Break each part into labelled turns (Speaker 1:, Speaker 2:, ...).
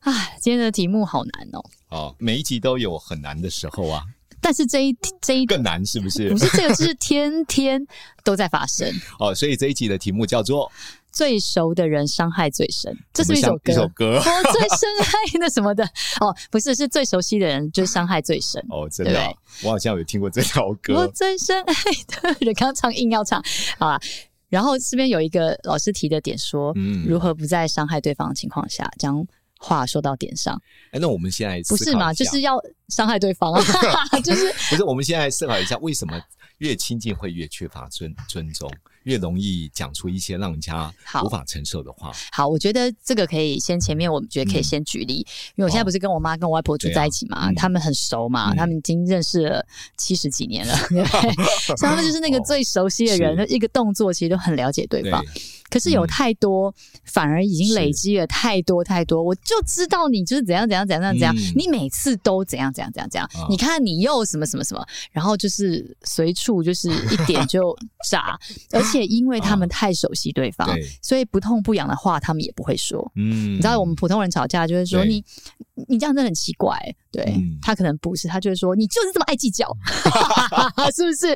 Speaker 1: 啊，今天的题目好难哦，
Speaker 2: 哦，每一集都有很难的时候啊，
Speaker 1: 但是这一这一
Speaker 2: 更难是不是
Speaker 1: 不？是这个，就是天天都在发生。
Speaker 2: 哦，所以这一集的题目叫做
Speaker 1: 最熟的人伤害最深，这
Speaker 2: 我
Speaker 1: 是
Speaker 2: 们
Speaker 1: 一首
Speaker 2: 像
Speaker 1: 歌。
Speaker 2: 一首歌
Speaker 1: 我最深爱的什么的哦，不是，是最熟悉的人，就是伤害最深。
Speaker 2: 哦，真的啊、我好像有听过这条
Speaker 1: 我
Speaker 2: 歌。
Speaker 1: 最深爱的人，刚刚唱硬要唱好啊。然后这边有一个老师提的点说，
Speaker 2: 嗯
Speaker 1: 如何不在伤害对方的情况下将话说到点上，
Speaker 2: 哎，那我们现在
Speaker 1: 不
Speaker 2: 思
Speaker 1: 是
Speaker 2: 考
Speaker 1: 嘛？
Speaker 2: 一
Speaker 1: 就
Speaker 2: 下
Speaker 1: 是要伤害对方啊， 就是
Speaker 2: 不是，我们现在思考一下，为什么越亲近会越缺乏尊尊重，越容易讲出一些让人家
Speaker 1: 好
Speaker 2: 无法承受的话？
Speaker 1: 好，我觉得这个可以先前面，我们觉得可以先举例，因为我现在不是跟我妈跟我外婆住在一起嘛，
Speaker 2: 对啊嗯
Speaker 1: 他们很熟嘛，
Speaker 2: 嗯
Speaker 1: 他们已经认识了七十几 年了，对所以他们就是那个最熟悉的人，
Speaker 2: 哦
Speaker 1: 一个动作其实都很了解对
Speaker 2: 对，
Speaker 1: 方。可是有
Speaker 2: 嗯
Speaker 1: 太多，反而已经累积了太多太多，我就知道你就是怎样怎样怎样怎样，
Speaker 2: 嗯
Speaker 1: 你每次都怎样怎样怎样怎样，
Speaker 2: 啊
Speaker 1: 你看你又什么什么什么，然后就是随处就是一点就 炸，而且因为他们太熟悉对方，
Speaker 2: 啊对，
Speaker 1: 所以不痛不痒的话他们也不会说。
Speaker 2: 嗯，
Speaker 1: 你知道我们普通人吵架就会说
Speaker 2: 对
Speaker 1: 你你这样真的很奇怪、对、
Speaker 2: 嗯
Speaker 1: 他可能不是，他就会说你就是这么爱计 较， 是不是？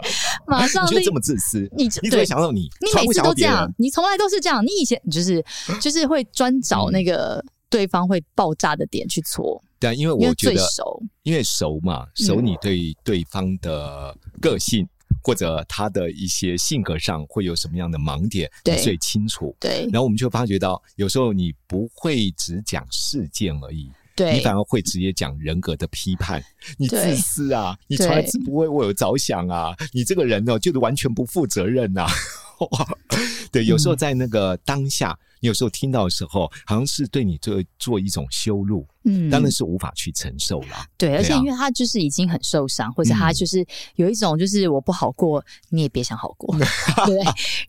Speaker 1: 马上
Speaker 2: 你就
Speaker 1: 立
Speaker 2: 这么自私，
Speaker 1: 你就
Speaker 2: 你只会
Speaker 1: 对
Speaker 2: 想到你，
Speaker 1: 你
Speaker 2: 从来
Speaker 1: 每
Speaker 2: 不
Speaker 1: 次
Speaker 2: 想到
Speaker 1: 都这
Speaker 2: 别人
Speaker 1: 样，你从来都是这样，你以前 就是就是会专
Speaker 2: 嗯
Speaker 1: 找那个对方会爆炸的点去搓，
Speaker 2: 对，啊因为
Speaker 1: 因为
Speaker 2: 我觉
Speaker 1: 最
Speaker 2: 得，
Speaker 1: 熟。嗯
Speaker 2: 因为熟嘛，熟你对对方的个性。或者他的一些性格上会有什么样的盲点，你
Speaker 1: 对
Speaker 2: 最清楚。
Speaker 1: 对
Speaker 2: 然后我们就发觉到，有时候你不会只讲事件而已，你
Speaker 1: 对
Speaker 2: 反而会直接讲人格的批判。你
Speaker 1: 对
Speaker 2: 自私啊，你
Speaker 1: 对
Speaker 2: 从来不为我有着想啊，你这个人哦，就是完全不负责任呐、哇， 对，有
Speaker 1: 嗯
Speaker 2: 时候在那个当下，你有时候听到的时候，好像是对你做做一种羞辱，
Speaker 1: 嗯
Speaker 2: 当然是无法去承受啦。
Speaker 1: 对，而且
Speaker 2: 对啊
Speaker 1: 因为他就是已经很受伤，或者他
Speaker 2: 嗯
Speaker 1: 就是有一种就是我不好过，你也别想好 过，对。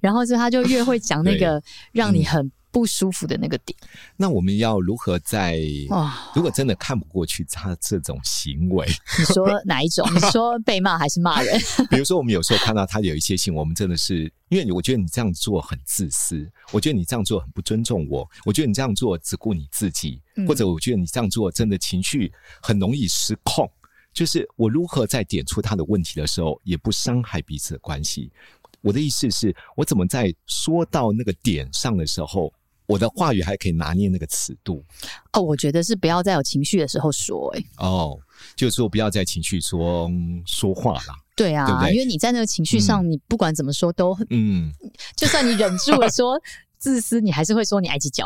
Speaker 1: 然后所以他就越会讲那个让
Speaker 2: 嗯
Speaker 1: 你很不舒服的那个点
Speaker 2: 那我们要如何在？
Speaker 1: 哇。
Speaker 2: 如果真的看不过去他这种行为，
Speaker 1: 你说哪一种？你说被骂还是骂人？
Speaker 2: 比如说我们有时候看到他有一些信，我们真的是，因为我觉得你这样做很自私，我觉得你这样做很不尊重我，我觉得你这样做只顾你自己，
Speaker 1: 嗯
Speaker 2: 或者我觉得你这样做真的情绪很容易失控。就是我如何在点出他的问题的时候，也不伤害彼此的关系。我的意思是，我怎么在说到那个点上的时候，我的话语还可以拿捏那个尺度。
Speaker 1: 哦，我觉得是不要在有情绪的时候说、欸，
Speaker 2: 哦，就是说不要在情绪中说话啦。
Speaker 1: 对啊，
Speaker 2: 对不对
Speaker 1: 因为你在那个情绪上，你不管怎么说都，
Speaker 2: 嗯，
Speaker 1: 就算你忍住了说自私，你还是会说你爱 计较；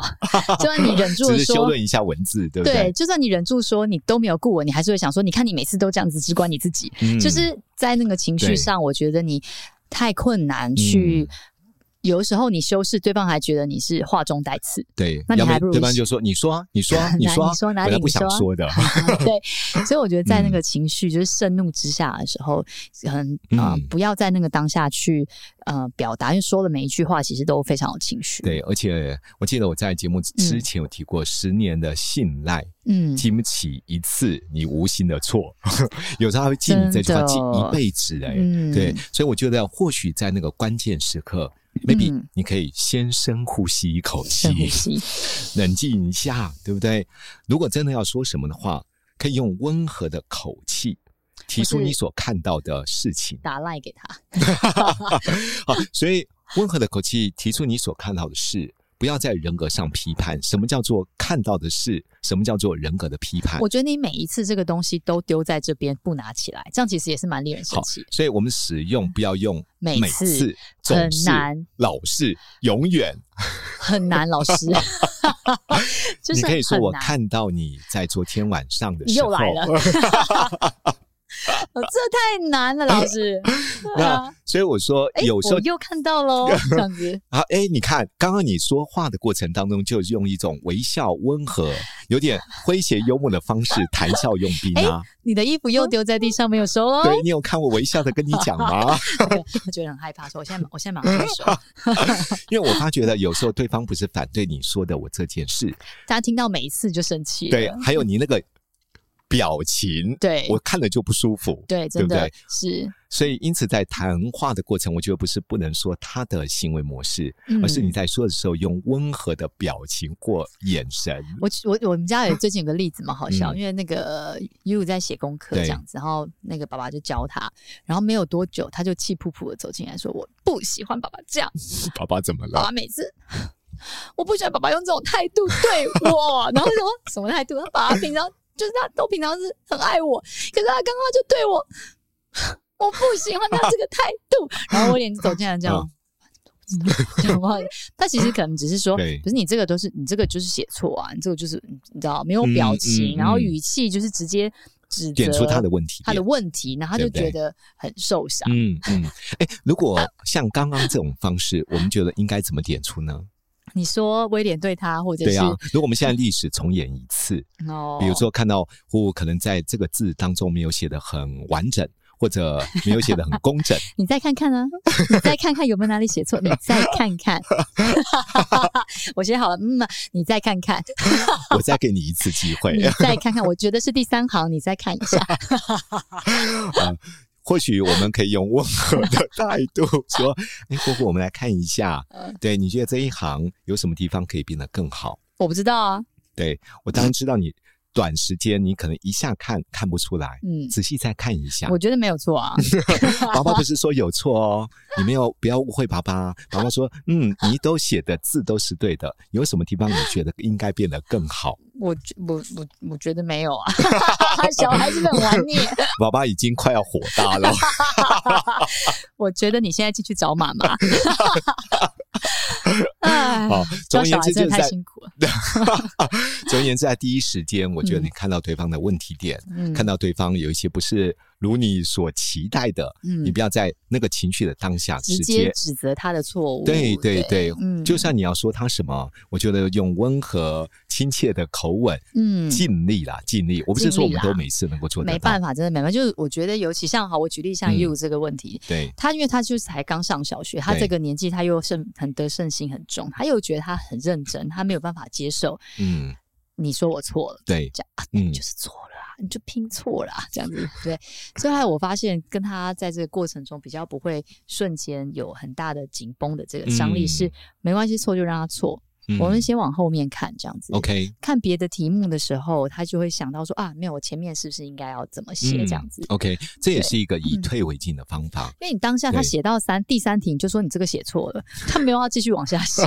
Speaker 1: 就算你忍住了
Speaker 2: 只是修
Speaker 1: 说，
Speaker 2: 润一下文字，对不
Speaker 1: 对，？就算你忍住说你都没有顾我，你还是会想说，你看你每次都这样子，只管你自己。
Speaker 2: 嗯
Speaker 1: 就是在那个情绪
Speaker 2: 对
Speaker 1: 上，我觉得你太困难去。有时候你修饰，对方还觉得你是话中带 刺，
Speaker 2: 对，
Speaker 1: 那你
Speaker 2: 要不
Speaker 1: 还
Speaker 2: 然
Speaker 1: 不如
Speaker 2: 对方就说你说啊，你 说啊，你
Speaker 1: 哪
Speaker 2: 说啊，
Speaker 1: 你说哪
Speaker 2: 本
Speaker 1: 里
Speaker 2: 来
Speaker 1: 你
Speaker 2: 不想
Speaker 1: 说啊
Speaker 2: 说的，
Speaker 1: 对，所以我觉得在那个情绪就是盛怒之下的时候，很呃
Speaker 2: 嗯
Speaker 1: 不要在那个当下去呃表达，因为说的每一句话其实都非常有情绪。，
Speaker 2: 对，而且我记得我在节目之前有提过，十年的信赖
Speaker 1: 嗯，
Speaker 2: 经不起一次你无心的错， 有时候他会记你这句话
Speaker 1: 真的
Speaker 2: 记一辈子哎、
Speaker 1: 嗯
Speaker 2: 对，所以我觉得或许在那个关键时刻。maybe
Speaker 1: 嗯
Speaker 2: 你可以先深呼吸一口气，
Speaker 1: 深呼吸，
Speaker 2: 冷静一下，对不对？如果真的要说什么的话，可以用温和的口气提出
Speaker 1: 或是
Speaker 2: 你所看到的事情。
Speaker 1: 打赖给他。
Speaker 2: 好，所以温和的口气提出你所看到的事，不要在人格上批判。什么叫做看到的事？什么叫做人格的批判
Speaker 1: 我？觉得你每一次这个东西都丢在这边不拿起来，这样其实也是蛮令人生
Speaker 2: 好
Speaker 1: 气的。，
Speaker 2: 所以我们使用不要用
Speaker 1: 每次
Speaker 2: 次、
Speaker 1: 很
Speaker 2: 总是
Speaker 1: 难、
Speaker 2: 老是、永远。
Speaker 1: 很 难，老师， 就是
Speaker 2: 你可以说
Speaker 1: 很
Speaker 2: 我
Speaker 1: 难
Speaker 2: 看到你在昨天晚上的时候，
Speaker 1: 又来了。哦这太难了，老师。对
Speaker 2: 那
Speaker 1: 啊，
Speaker 2: 所以我说，
Speaker 1: 哎，
Speaker 2: 有时候
Speaker 1: 我又看到 喽，这样子。
Speaker 2: 啊，哎，你看，刚刚你说话的过程当中，就是用一种微笑、温和、有点诙谐幽默的方 式谈笑用兵啊。
Speaker 1: 你的衣服又丢在地上没有收哎哦，
Speaker 2: 对你有看我微笑的跟你 讲吗？
Speaker 1: 对 我觉得很害怕，说我现在马我现在马上 收。
Speaker 2: 因为我发觉了，有时候对方不是反对你说的我这件事，
Speaker 1: 大家听到每一次就生气了，
Speaker 2: 对，啊还有你那个表情，
Speaker 1: 对
Speaker 2: 我看了就不舒服。
Speaker 1: 对，真
Speaker 2: 对
Speaker 1: 的
Speaker 2: 不对
Speaker 1: 是，
Speaker 2: 所以，因此在谈话的过程，我觉得不是不能说他的行为模式，
Speaker 1: 嗯
Speaker 2: 而是你在说的时候用温和的表情或眼神。
Speaker 1: 我我我们 家有最近有个例子蛮好笑，
Speaker 2: 嗯
Speaker 1: 因为那个 U 在写功课
Speaker 2: 对
Speaker 1: 这样子，然后那个爸爸就教他，然后没有多久他就气扑扑的走进来说：“我不喜欢爸爸这样，
Speaker 2: 爸爸怎么
Speaker 1: 爸
Speaker 2: 了？
Speaker 1: 爸啊每次。” 我不喜欢爸爸用这种态度对 我，然后说什么态度？他爸爸平常就是他都平常是很爱我，可是他刚刚就对我，我不喜欢他这个态 度。然后我脸走进来这样，讲话，他其实可能只是说，
Speaker 2: 嗯对
Speaker 1: 可是你这个都是你这个就是写错啊，你这个就是你你知道没有表
Speaker 2: 嗯嗯
Speaker 1: 情，
Speaker 2: 嗯
Speaker 1: 然后语气就是直接指责
Speaker 2: 点出他的问题点，
Speaker 1: 他的问题，然后他
Speaker 2: 对
Speaker 1: 就
Speaker 2: 不
Speaker 1: 觉
Speaker 2: 对
Speaker 1: 得很受伤。
Speaker 2: 嗯嗯， 哎、如果像刚刚这种方式，我们觉得应该怎么点出呢？
Speaker 1: 你说威廉对他，或者
Speaker 2: 对
Speaker 1: 是
Speaker 2: 啊，如果我们现在历史重演一次，
Speaker 1: 哦，
Speaker 2: 比如说看到我可能在这个字当中没有写的很完整，或者没有写的很工 整，
Speaker 1: 你再看看啊，你再看看有没有哪里写错，你再看看。 我写好了，嗯，你再看看，
Speaker 2: 我再给你一次机会
Speaker 1: 你。再看看，我觉得是第三行，你再看一下。
Speaker 2: 或许我们可以用温和的态度说：“ 哎，姑姑，我们来看一下，
Speaker 1: 嗯
Speaker 2: 对你觉得这一行有什么地方可以变得更好
Speaker 1: 我不知道啊，？”
Speaker 2: 对我当然知道你短时间你可能一下看看不出来，
Speaker 1: 嗯，
Speaker 2: 仔细再看一下
Speaker 1: 我。觉得没有错 啊。
Speaker 2: 爸爸不是说有错哦，你没有不要误会爸爸。爸爸说，嗯，你都写的字都是对的，有什么地方你觉得应该变得更好？
Speaker 1: 我觉我我我觉得没有啊， 小孩子很玩你。
Speaker 2: 爸爸已经快要火 大了。
Speaker 1: 我觉得你现在继续找妈 妈。哎，
Speaker 2: 好，哦
Speaker 1: 教
Speaker 2: 总
Speaker 1: 小
Speaker 2: 而言
Speaker 1: 孩
Speaker 2: 之就
Speaker 1: 真的
Speaker 2: 是
Speaker 1: 太
Speaker 2: 在，
Speaker 1: 辛苦了。
Speaker 2: 总而言之在第一时间，我觉得
Speaker 1: 嗯
Speaker 2: 你看到对方的问题点，
Speaker 1: 嗯
Speaker 2: 看到对方有一些不是如你所期待的，
Speaker 1: 嗯
Speaker 2: 你不要在那个情绪的当下
Speaker 1: 直
Speaker 2: 直
Speaker 1: 接
Speaker 2: 接。
Speaker 1: 指责他的错误。
Speaker 2: 对对对，
Speaker 1: 嗯
Speaker 2: 就算你要说他什么，我觉得用温和亲切的口吻，
Speaker 1: 嗯，
Speaker 2: 尽力啦，尽力。我不是说我们都每次能够做得
Speaker 1: 没
Speaker 2: 到，
Speaker 1: 办法，真的没办法。就是我觉得，尤其像好，我举例像
Speaker 2: 嗯
Speaker 1: you 这个问题，
Speaker 2: 对，
Speaker 1: 他因为他就是才刚上小学，他
Speaker 2: 对
Speaker 1: 这个年纪他又胜很得胜心很重，他又觉得他很认真，他没有办法接受
Speaker 2: 嗯，
Speaker 1: 你说我错了。
Speaker 2: 对，
Speaker 1: 这样啊，
Speaker 2: 嗯
Speaker 1: 你就是错了啊，你就拼错了啊，这样子。对，所以后来我发现，跟他在这个过程中比较不会瞬间有很大的紧绷的这个张力
Speaker 2: 嗯
Speaker 1: 是，没关系，错就让他错，
Speaker 2: 嗯
Speaker 1: 我们先往后面看，这样子。
Speaker 2: OK，
Speaker 1: 看别的题目的时候，他就会想到说啊，没有，我前面是不是应该要怎么写
Speaker 2: 嗯
Speaker 1: 这样子？嗯
Speaker 2: OK，这也是一个以退为进的方法。
Speaker 1: 因为你当下他
Speaker 2: 对
Speaker 1: 写到三第三题，你就说你这个写错 了，他没有要继续往下写，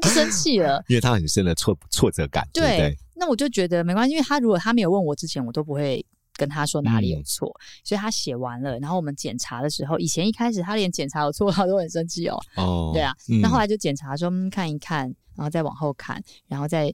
Speaker 1: 他就生气了。
Speaker 2: 因为他很深的挫挫折感，对不
Speaker 1: 对
Speaker 2: 对？，
Speaker 1: 那我就觉得没关系，因为他如果他没有问我之前，我都不会跟他说哪里
Speaker 2: 嗯
Speaker 1: 有错，所以他写完了，然后我们检查的时候，以前一开始他连检查有错他都很生气哦，
Speaker 2: 哦，
Speaker 1: 对啊，
Speaker 2: 嗯
Speaker 1: 那后来就检查说、嗯、看一看，然后再往后看，然后再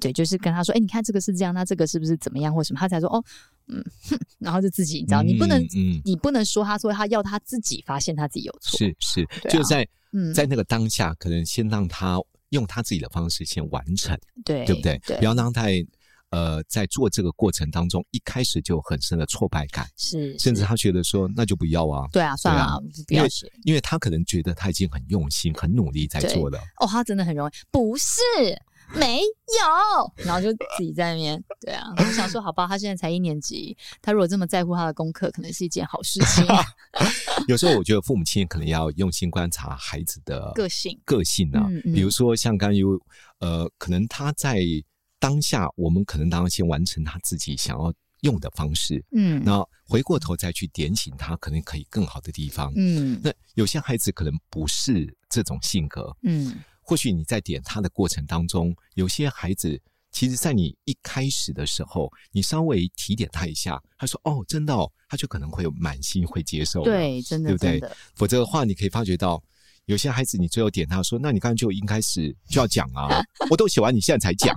Speaker 1: 对，就是跟他说，哎、你看这个是这样，那这个是不是怎么样或什么？他才说哦，嗯，哼然后就自己你知道，你不能。
Speaker 2: 嗯，嗯
Speaker 1: 你不能说他说他要他自己发现他自己有错，
Speaker 2: 是是，
Speaker 1: 对啊
Speaker 2: 就在
Speaker 1: 嗯
Speaker 2: 在那个当下，可能先让他用他自己的方式先完成，
Speaker 1: 对，
Speaker 2: 对不对？
Speaker 1: 对
Speaker 2: 不，要让他在呃在做这个过程当中一开始就有很深的挫败感，
Speaker 1: 是，
Speaker 2: 甚至
Speaker 1: 是
Speaker 2: 他觉得说那就不要啊，
Speaker 1: 对啊，算了
Speaker 2: 对啊
Speaker 1: 啊，不要写。
Speaker 2: 因为他可能觉得他已经很用心、很努力在
Speaker 1: 对
Speaker 2: 做了。
Speaker 1: 哦，他真的很容易，不是没有，然后就自己在那边，对啊，我想说，好吧，他现在才一年级，他如果这么在乎他的功课，可能是一件好事 情。
Speaker 2: 有时候我觉得父母亲可能要用心观察孩子的
Speaker 1: 个性，
Speaker 2: 个性啊，
Speaker 1: 嗯嗯
Speaker 2: 比如说像刚刚有呃，可能他在当下，我们可能当然先完成他自己想要用的方式，
Speaker 1: 嗯
Speaker 2: 那回过头再去点醒他，可能可以更好的地方。
Speaker 1: 嗯
Speaker 2: 那有些孩子可能不是这种性格，
Speaker 1: 嗯，
Speaker 2: 或许你在点他的过程当中，有些孩子。其实，在你一开始的时候，你稍微提点他一下，他说：“哦，真的哦。”他就可能会有满心会接受了。
Speaker 1: 对，真的
Speaker 2: 对不对
Speaker 1: 真的，
Speaker 2: 否则的话，你可以发觉到，有些孩子你最后点他说，那你刚才就应该是就要 讲啊，我都写完你现在才讲，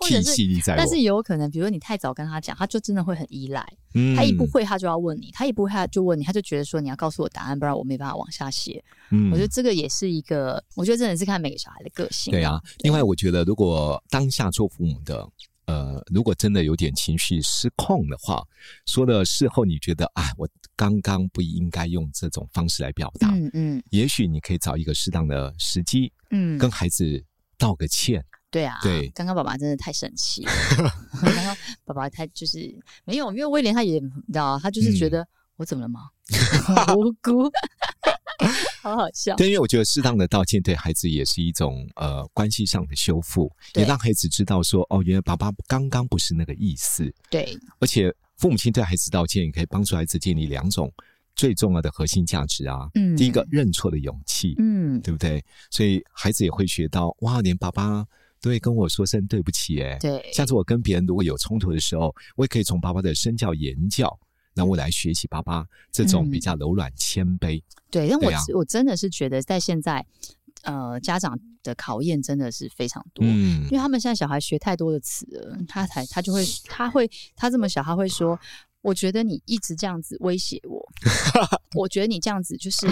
Speaker 1: 或者
Speaker 2: 气
Speaker 1: 是
Speaker 2: 息力在
Speaker 1: 但
Speaker 2: 我，
Speaker 1: 是也有可能，比如你太早跟他讲，他就真的会很依赖。
Speaker 2: 嗯
Speaker 1: 他一不，会，他就要问你；他一不会，他就问你，他就觉得说你要告诉我答案，不然我没办法往下写。
Speaker 2: 嗯
Speaker 1: 我觉得这个也是一个，我觉得真的是看每个小孩的个性。
Speaker 2: 对，啊，另外我觉得，如果当下做父母的，呃，如果真的有点情绪失控的话，说了事后你觉得，哎，我刚刚不应该用这种方式来表达，
Speaker 1: 嗯嗯
Speaker 2: 也许你可以找一个适当的时机，
Speaker 1: 嗯，
Speaker 2: 跟孩子道个歉。
Speaker 1: 对啊，
Speaker 2: 对
Speaker 1: 刚刚爸爸真的太生 气了，刚刚爸爸他就是没有，因为威廉他也你知道啊，他就是
Speaker 2: 嗯
Speaker 1: 觉得、我怎么了吗？ 好无辜， 好好笑。
Speaker 2: 对，因为我觉得适当的道歉对孩子也是一种呃关系上的修复，也
Speaker 1: 对
Speaker 2: 让孩子知道说，哦，原来爸爸刚刚不是那个意思。
Speaker 1: 对，
Speaker 2: 而且父母亲对孩子道歉，也可以帮助孩子建立两种最重要的核心价值啊。
Speaker 1: 嗯
Speaker 2: 第一个，认错的勇气，
Speaker 1: 嗯，
Speaker 2: 对不对？所以孩子也会学到，哇，连爸爸都会跟我说声对不起、欸，
Speaker 1: 对，
Speaker 2: 下次我跟别人如果有冲突的时候，我也可以从爸爸的身教言教。
Speaker 1: 嗯
Speaker 2: 那我来学习爸爸这种比较柔软谦卑，
Speaker 1: 对，但我、
Speaker 2: 对啊
Speaker 1: 我真的是觉得在现在，呃，家长的考验真的是非常多。
Speaker 2: 嗯
Speaker 1: 因为他们现在小孩学太多的词了，他才他就会他会他这么小，他会说，我觉得你一直这样子威胁 我，我觉得你这样子就是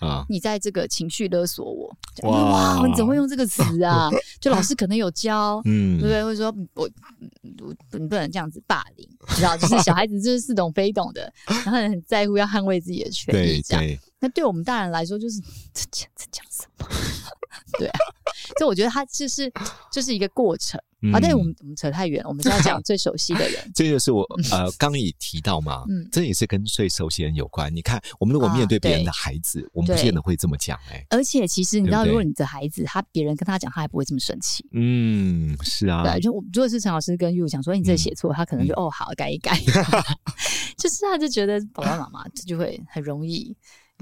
Speaker 2: 啊，
Speaker 1: 你在这个情绪勒索我。哎
Speaker 3: 哇
Speaker 1: 哇，你怎么会用这个词啊？就老师可能有教，
Speaker 2: 嗯，
Speaker 1: 对不对？会说我我你不能这样子霸凌，你知道，就是小孩子就是似懂非懂的，然后很在乎要捍卫自己的权
Speaker 2: 对
Speaker 1: 益，这样。
Speaker 2: 对，
Speaker 1: 那对我们大人来说，就是这讲这讲什么？ 对啊，所以我觉得它就是就是一个过程
Speaker 2: 嗯。
Speaker 1: 啊。但是我们我们扯太远了，我们是要讲最熟悉的人
Speaker 2: 这就是我呃刚也提到嘛，
Speaker 1: 嗯
Speaker 2: 这也是跟最熟悉人有关。你看，我们如果
Speaker 1: 啊
Speaker 2: 面对别人
Speaker 1: 对
Speaker 2: 的孩子，我们不
Speaker 1: 对
Speaker 2: 见得会这么讲哎、
Speaker 1: 而且其实你知道，
Speaker 2: 对不对
Speaker 1: 如果你的孩子他别人跟他讲，他还不会这么生气。
Speaker 2: 嗯，是啊，嗯
Speaker 1: 对，就我如果是陈老师跟玉讲说你这写错，他可能就哦好改一 改，就是他就觉得爸爸妈妈这就会很容易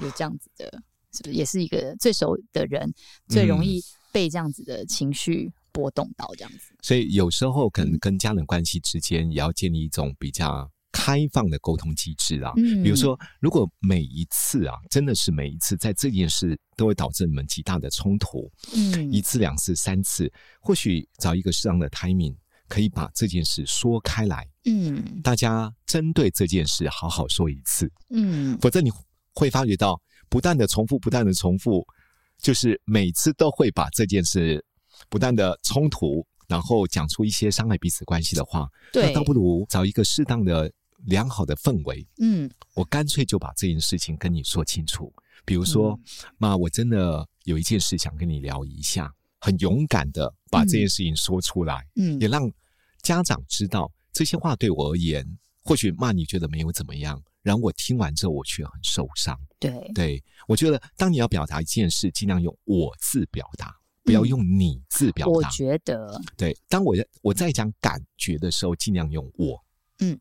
Speaker 1: 有这样子的，是不是也是一个最熟的人最
Speaker 2: 嗯
Speaker 1: 容易被这样子的情绪波动到这样子？
Speaker 2: 所以有时候可能
Speaker 1: 嗯
Speaker 2: 跟家人关系之间也要建立一种比较开放的沟通机制啊。
Speaker 1: 嗯
Speaker 2: 比如说，如果每一次啊，真的是每一次在这件事都会导致你们极大的冲突，
Speaker 1: 嗯
Speaker 2: 一次、两次、三次，或许找一个适当的 timing，可以把这件事说开来，
Speaker 1: 嗯。
Speaker 2: 大家针对这件事好好说一次，
Speaker 1: 嗯，
Speaker 2: 否则你会发觉到不断的重复，不断的重复，就是每次都会把这件事不断的冲突，然后讲出一些伤害彼此关系的话，那
Speaker 1: 对，
Speaker 2: 倒不如找一个适当的、良好的氛围，
Speaker 1: 嗯
Speaker 2: 我干脆就把这件事情跟你说清楚。比如说，
Speaker 1: 嗯
Speaker 2: 妈，我真的有一件事想跟你聊一下，很勇敢的把这件事情说出来，
Speaker 1: 嗯
Speaker 2: 也让家长知道这些话对我而言，或许骂你觉得没有怎么样，然后我听完之后我却很受伤。
Speaker 1: 对，
Speaker 2: 对我觉得，当你要表达一件事，尽量用“我”字表达，不要用“你”字表
Speaker 1: 嗯我
Speaker 2: 达。
Speaker 1: 觉得
Speaker 2: 对，当我在我在讲感觉的时候，尽量用“我”。
Speaker 1: 嗯，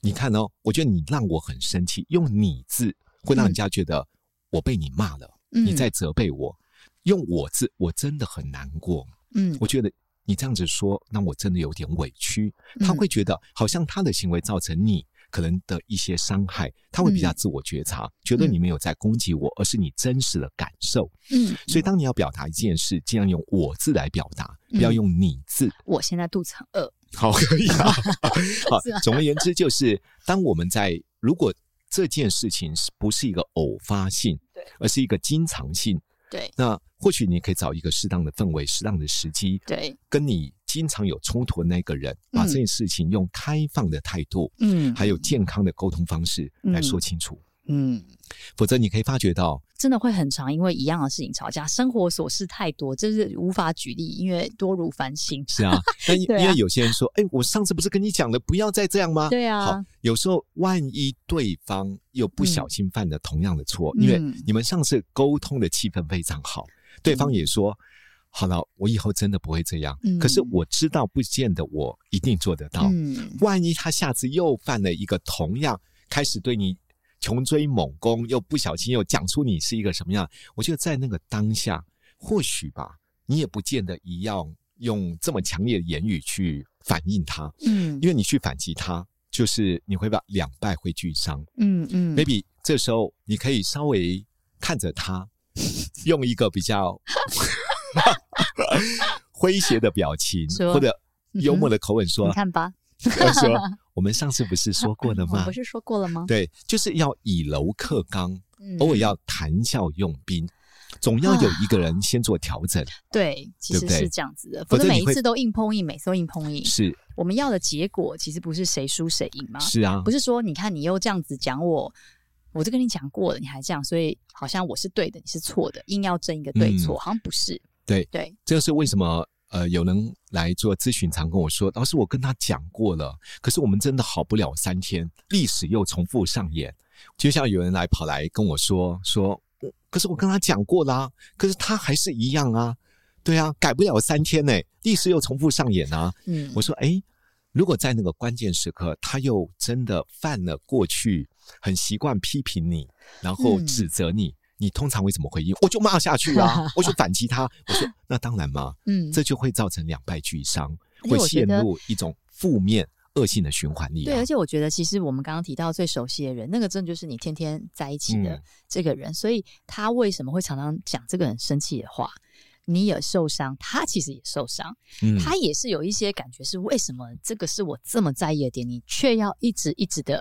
Speaker 2: 你看哦，我觉得你让我很生气，用“你”字会让人家觉得我被你骂了，
Speaker 1: 嗯
Speaker 2: 你在责备我。用“我”字，我真的很难过。
Speaker 1: 嗯
Speaker 2: 我觉得你这样子说，让我真的有点委屈。他
Speaker 1: 嗯
Speaker 2: 会觉得好像他的行为造成你可能的一些伤害，他会比较
Speaker 1: 嗯
Speaker 2: 自我觉察，觉得你没有在攻击我，而是你真实的感受。
Speaker 1: 嗯，
Speaker 2: 所以，当你要表达一件事，尽量用“我”字来表达，不要
Speaker 1: 嗯
Speaker 2: 用“你”字。
Speaker 1: 我现在肚子很饿，
Speaker 2: 好，可以 啊。好
Speaker 1: 是啊，
Speaker 2: 总而言之，就是当我们在如果这件事情是不是一个偶发性，
Speaker 1: 对，
Speaker 2: 而是一个经常性，
Speaker 1: 对
Speaker 2: 那或许你可以找一个适当的氛围、适当的时机，
Speaker 1: 对，
Speaker 2: 跟你经常有冲突的那个人，
Speaker 1: 嗯
Speaker 2: 把这件事情用开放的态度，
Speaker 1: 嗯
Speaker 2: 还有健康的沟通方式来说清楚，
Speaker 1: 嗯，
Speaker 2: 否则你可以发觉到，
Speaker 1: 真的会很常因为一样的事情吵架，生活琐事太多，真是无法举例，因为多如繁星。
Speaker 2: 是 啊，那因
Speaker 1: 对啊
Speaker 2: 因为有些人说，哎，我上次不是跟你讲了，不要再这样吗？
Speaker 1: 对啊
Speaker 2: 好，有时候万一对方又不小心犯了同样的错，
Speaker 1: 嗯
Speaker 2: 因为你们上次沟通的气氛非常好，对方也说。好了，我以后真的不会这样。
Speaker 1: 嗯
Speaker 2: 可是我知道，不见得我一定做得到。
Speaker 1: 嗯
Speaker 2: 万一他下次又犯了一个同样开始对你穷追猛攻，又不小心又讲出你是一个什么样，我觉得在那个当下，或许吧，你也不见得一样用这么强烈的言语去反应他，
Speaker 1: 嗯
Speaker 2: 因为你去反击他，就是你会把两败会俱伤。
Speaker 1: 嗯嗯
Speaker 2: maybe 这时候你可以稍微看着他，用一个比较诙谐的表情
Speaker 1: 说嗯
Speaker 2: 或者幽默的口吻说
Speaker 1: 你看吧，：“
Speaker 2: 说我们上次不是说过了
Speaker 1: 我
Speaker 2: 吗
Speaker 1: 不？”是说过了吗？
Speaker 2: 对，就是要以柔克刚，
Speaker 1: 嗯
Speaker 2: 偶尔要谈笑用兵，总要有一个人先做调整。
Speaker 1: 对，其实
Speaker 2: 对不对
Speaker 1: 是这样子的，否
Speaker 2: 否则
Speaker 1: 则每
Speaker 2: 你
Speaker 1: 一
Speaker 2: 会
Speaker 1: 次都硬碰硬，每次都硬碰硬。
Speaker 2: 是
Speaker 1: 我们要的结果其实不是谁输谁赢嘛，
Speaker 2: 是啊
Speaker 1: 不，是说你看你又这样子讲我，我就跟你讲过了，你还这样，所以好像我是对的，你是错的，硬要争一个对
Speaker 2: 嗯
Speaker 1: 错，好像不是。
Speaker 2: 对
Speaker 1: 对，
Speaker 2: 这就是为什么呃，有人来做咨询，常跟我说，老师，我跟他讲过了，可是我们真的好不了三天，历史又重复上演。就像有人来跑来跟我说说，我可是我跟他讲过啦、可是他还是一样啊，对啊，改不了三天呢、历史又重复上演啊。
Speaker 1: 嗯，
Speaker 2: 我说，诶，如果在那个关键时刻，他又真的犯了过去很习惯批评你，然后
Speaker 1: 嗯
Speaker 2: 指责你，你通常会怎么回应？我就骂下去 啊，我就反击他。我说，那当然嘛，
Speaker 1: 嗯，
Speaker 2: 这就会造成两败俱伤，
Speaker 1: 而且
Speaker 2: 会
Speaker 1: 我觉
Speaker 2: 陷
Speaker 1: 得
Speaker 2: 入一种负面恶性的循环里、
Speaker 1: 对，
Speaker 2: 啊
Speaker 1: 而。且我觉得其实我们刚刚提到最熟悉的人，那个真的就是你天天在一起的
Speaker 2: 嗯
Speaker 1: 这个人，所以他为什么会常常讲这个人生气的话？你也受伤，他其实也受伤，
Speaker 2: 嗯
Speaker 1: 他也是有一些感觉是为什么这个是我这么在意的点，你却要一直一直的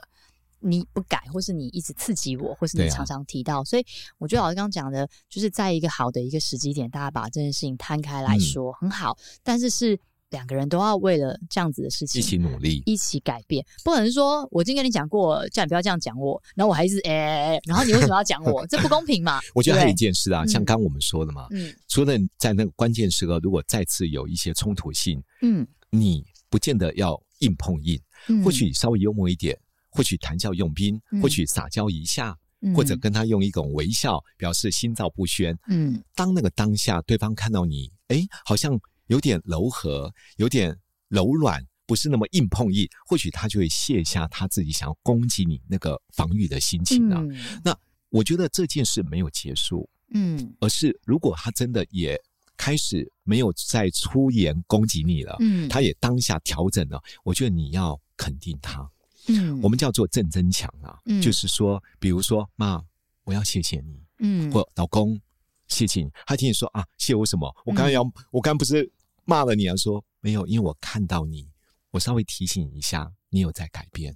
Speaker 1: 你不改，或是你一直刺激我，或是
Speaker 2: 对
Speaker 1: 你
Speaker 2: 啊
Speaker 1: 常常提到，所以我觉得老师刚刚讲的，就是在一个好的一个时机点，大家把这件事情摊开来
Speaker 2: 嗯
Speaker 1: 说、很好，但是是两个人都要为了这样子的事情
Speaker 2: 一起努力，
Speaker 1: 一起改变，不可能说我已经跟你讲过了，叫你不要这样讲我，然后我还是哎、哎哎然后你为什么要讲 我？这不公平嘛？
Speaker 2: 我觉得还有一
Speaker 1: 对
Speaker 2: 件事啊，
Speaker 1: 嗯
Speaker 2: 像刚我们说的嘛，
Speaker 1: 不对
Speaker 2: 除了在那个关键时刻，如果再次有一些冲突性，
Speaker 1: 嗯
Speaker 2: 你不见得要硬碰硬，
Speaker 1: 嗯，
Speaker 2: 或许稍微幽默一点，或许谈笑用兵，
Speaker 1: 嗯
Speaker 2: 或许撒娇一下，或者跟他用一种微笑表示心照不宣。
Speaker 1: 嗯嗯
Speaker 2: 当那个当下对方看到你，哎，好像有点柔和，有点柔软，不是那么硬碰硬，或许他就会卸下他自己想要攻击你那个防御的心情啊。那我觉得这件事没有结束，
Speaker 1: 嗯
Speaker 2: 而是如果他真的也开始没有再出言攻击你了，
Speaker 1: 嗯，
Speaker 2: 他也当下调整了，我觉得你要肯定他。
Speaker 1: 嗯
Speaker 2: 我们叫做正增强啊，
Speaker 1: 嗯
Speaker 2: 就是说，比如说妈，我要谢谢你，
Speaker 1: 嗯
Speaker 2: 或老公，谢谢你。他听你说啊，谢我什么？我刚刚
Speaker 1: 嗯
Speaker 2: 要，我刚刚不是骂了你啊？说没有，因为我看到你，我稍微提醒你一下，你有在改 变，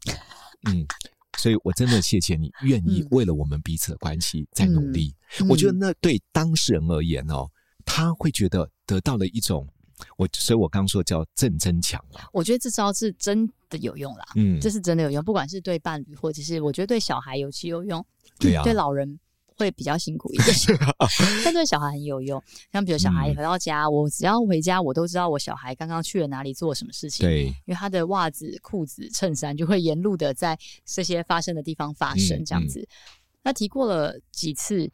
Speaker 2: 嗯，所以我真的谢谢你，愿意
Speaker 1: 嗯
Speaker 2: 为了我们彼此的关系在努力。
Speaker 1: 嗯
Speaker 2: 我觉得那对当事人而言哦，他会觉得得到了一种。我所以，我刚说叫正增强嘛，
Speaker 1: 我觉得这招是真的有用啦。
Speaker 2: 嗯，
Speaker 1: 这是真的有用，不管是对伴侣，或者是我觉得对小孩尤其有用，
Speaker 2: 对啊
Speaker 1: 对老人会比较辛苦 一点，但对小孩很有用。像比如小孩
Speaker 2: 嗯
Speaker 1: 回到家，我只要回家，我都知道我小孩刚刚去了哪里，做了什么事情，
Speaker 2: 对，
Speaker 1: 因为他的袜子、裤子、衬衫就会沿路的在这些发生的地方发生，
Speaker 2: 嗯
Speaker 1: 这样子。那提过了几次，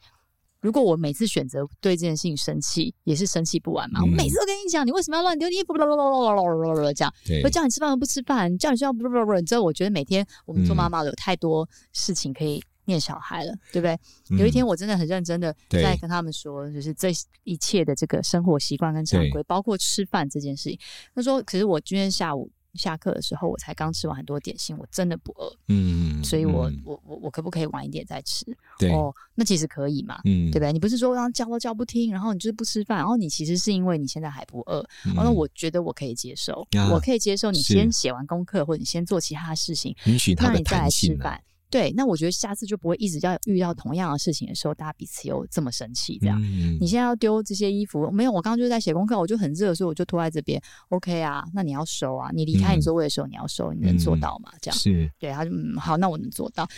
Speaker 1: 如果我每次选择对这件事情生气，也是生气不完嘛。我
Speaker 2: 嗯
Speaker 1: 每次都跟你讲，你为什么要乱丢衣服？啦啦啦啦啦啦啦啦这样，
Speaker 2: 对
Speaker 1: 我叫你吃饭不吃饭，叫你睡觉不不不不。你知道，我觉得每天我们
Speaker 2: 嗯
Speaker 1: 做妈妈的有太多事情可以念小孩了，对不对？有一天我真的很认真的
Speaker 2: 嗯对
Speaker 1: 在跟他们说，就是这一切的这个生活习惯跟常
Speaker 2: 对
Speaker 1: 规，包括吃饭这件事情。他说，可是我今天下午下课的时候，我才刚吃完很多点心，我真的不饿，
Speaker 2: 嗯，
Speaker 1: 所以我、
Speaker 2: 嗯
Speaker 1: 我我我可不可以晚一点再吃？
Speaker 2: 对，
Speaker 1: 哦，那其实可以嘛。
Speaker 2: 嗯，
Speaker 1: 对不对？你不是说让叫都叫不听，然后你就是不吃饭，然后你其实是因为你现在还不饿，
Speaker 2: 嗯？
Speaker 1: 哦，那我觉得我可以接受，
Speaker 2: 啊
Speaker 1: 我可以接受你
Speaker 2: 是
Speaker 1: 先写完功课，或者你先做其他的事情，
Speaker 2: 允许他
Speaker 1: 那
Speaker 2: 的
Speaker 1: 你再
Speaker 2: 弹
Speaker 1: 来吃
Speaker 2: 性啊
Speaker 1: 饭。对，那我觉得下次就不会一直要遇到同样的事情的时候，大家彼此又这么生气这样。
Speaker 2: 嗯
Speaker 1: 你现在要丢这些衣服，没有，我刚刚就是在写功课，我就很热，所以我就拖在这边。OK 啊，那你要收啊，你离开你
Speaker 2: 嗯
Speaker 1: 座位的时候你要收，你能做
Speaker 2: 嗯
Speaker 1: 到吗？这样。
Speaker 2: 是
Speaker 1: 对，他就嗯好，那我能做到。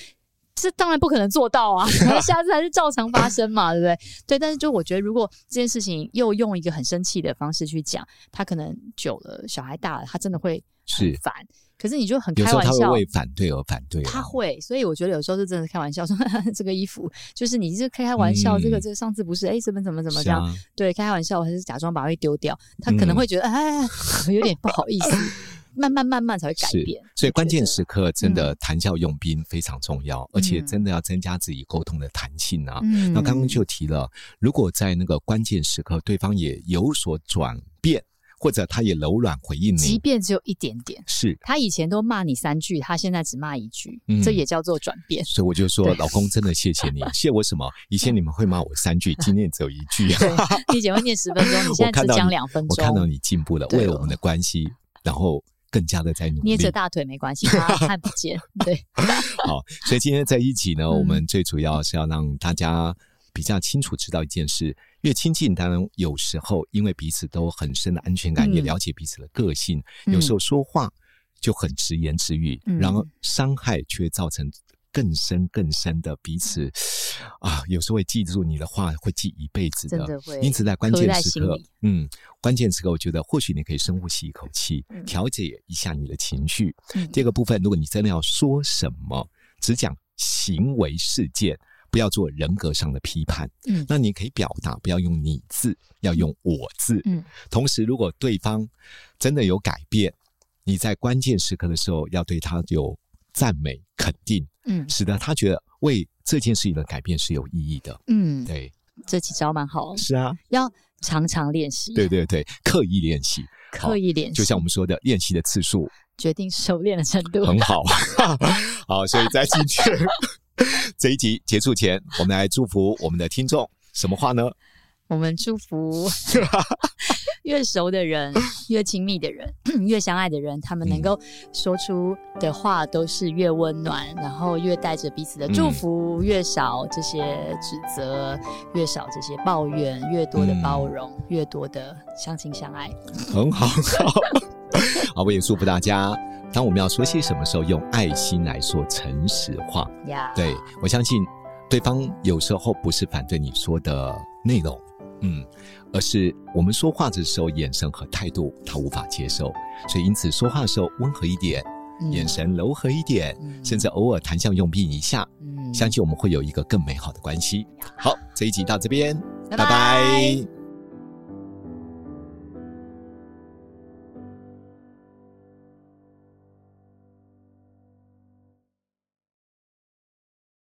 Speaker 1: 这当然不可能做到啊， 然后下次还是照常发生嘛，对不对？对，但是就我觉得，如果这件事情又用一个很生气的方式去讲，他可能久了，小孩大了，他真的会很
Speaker 2: 是
Speaker 1: 烦。可是你就很
Speaker 2: 有
Speaker 1: 开
Speaker 2: 时候
Speaker 1: 玩
Speaker 2: 他会
Speaker 1: 笑，
Speaker 2: 为反对而反对啊，
Speaker 1: 他会，所以我觉得有时候是真的是开玩笑说 这个衣服，就是你是开开玩笑，这个
Speaker 2: 嗯
Speaker 1: 这个上次不是哎这边怎么怎么
Speaker 2: 是
Speaker 1: 这样，
Speaker 2: 啊
Speaker 1: 对，开玩笑还是假装把它丢掉，他可能
Speaker 2: 嗯
Speaker 1: 会觉得哎、 有点不好意 思，慢慢慢慢才会改
Speaker 2: 是
Speaker 1: 变。
Speaker 2: 所以
Speaker 1: 我
Speaker 2: 关
Speaker 1: 觉
Speaker 2: 键
Speaker 1: 得嗯
Speaker 2: 时刻真的谈笑用兵非常重要，而且真的要增加自己沟通的弹性啊。
Speaker 1: 嗯
Speaker 2: 那刚刚就提了，如果在那个关键时刻，对方也有所转变。或者他也柔软回应
Speaker 1: 即
Speaker 2: 你，
Speaker 1: 便只有一点点，
Speaker 2: 是。
Speaker 1: 他以前都骂你三句，他现在只骂一句，
Speaker 2: 嗯
Speaker 1: 这也叫做转变。
Speaker 2: 所以我就说
Speaker 1: 对，
Speaker 2: 老公真的谢谢你，谢我什么？以前你们会骂我三句，今天只有一句。
Speaker 1: 对，你以前会念十分钟，你
Speaker 2: 我
Speaker 1: 现在
Speaker 2: 看
Speaker 1: 只
Speaker 2: 到
Speaker 1: 讲
Speaker 2: 你
Speaker 1: 两分
Speaker 2: 我看到
Speaker 1: 钟。
Speaker 2: 你进步了，
Speaker 1: 对
Speaker 2: 为
Speaker 1: 了
Speaker 2: 了我们的关系，然后更加的在努力。
Speaker 1: 捏着大腿没关系，他 看不见。对，
Speaker 2: 好，所以今天在一起呢，
Speaker 1: 嗯
Speaker 2: 我们最主要是要让大家比较清楚知道一件事：越亲近，当然有时候因为彼此都有很深的安全感，
Speaker 1: 嗯
Speaker 2: 也了解彼此的个性，有时候说话就很直言直语，
Speaker 1: 嗯
Speaker 2: 然后伤害却造成。更深更深的彼此啊，有时候会记住你的话，会记一辈子的。
Speaker 1: 真的会
Speaker 2: 因此，在关
Speaker 1: 刻
Speaker 2: 键
Speaker 1: 在
Speaker 2: 时
Speaker 1: 心
Speaker 2: 刻
Speaker 1: 里，
Speaker 2: 嗯，关键时刻，我觉得或许你可以深呼吸一口气
Speaker 1: 嗯，
Speaker 2: 调节一下你的情绪，
Speaker 1: 嗯
Speaker 2: 第二个部分，如果你真的要说什么，只讲行为事件，不要做人格上的批判。
Speaker 1: 嗯
Speaker 2: 那你可以表达，不要用你字，要用我字。
Speaker 1: 嗯，
Speaker 2: 同时，如果对方真的有改变，你在关键时刻的时候，要对他有赞美、肯定，
Speaker 1: 嗯
Speaker 2: 使得他觉得为这件事情的改变是有意义的。
Speaker 1: 嗯，
Speaker 2: 对，
Speaker 1: 这几招蛮好，
Speaker 2: 是啊，
Speaker 1: 要常常练习，
Speaker 2: 对，对对，刻意练习，
Speaker 1: 刻意练习，
Speaker 2: 就像我们说的，练习的次数
Speaker 1: 决定熟练的程度。
Speaker 2: 很好， 好，所以在今天这一集结束前，我们来祝福我们的听众什么话呢？
Speaker 1: 我们祝福 越熟的人、越亲密的人、 越相爱的人，他们能够说出的话都是越温暖，然后越带着彼此的祝福，越少这些指责，越少这些抱怨，越多的包容，越多的相亲相爱。
Speaker 2: 很好， 好，好，我也祝福大家。当我们要说些什么时候，用爱心来说诚实话。
Speaker 1: 呀、
Speaker 2: 对我相信，对方有时候不是反对你说的内容，嗯，而是我们说话的时候眼神和态度他无法接受，所以因此说话的时候温和一点，
Speaker 1: 嗯
Speaker 2: 眼神柔和一点，
Speaker 1: 嗯
Speaker 2: 甚至偶尔谈笑用兵一下，
Speaker 1: 嗯
Speaker 2: 相信我们会有一个更美好的关系。好，这一集到这边，
Speaker 1: 拜
Speaker 2: 拜
Speaker 1: 拜
Speaker 2: 拜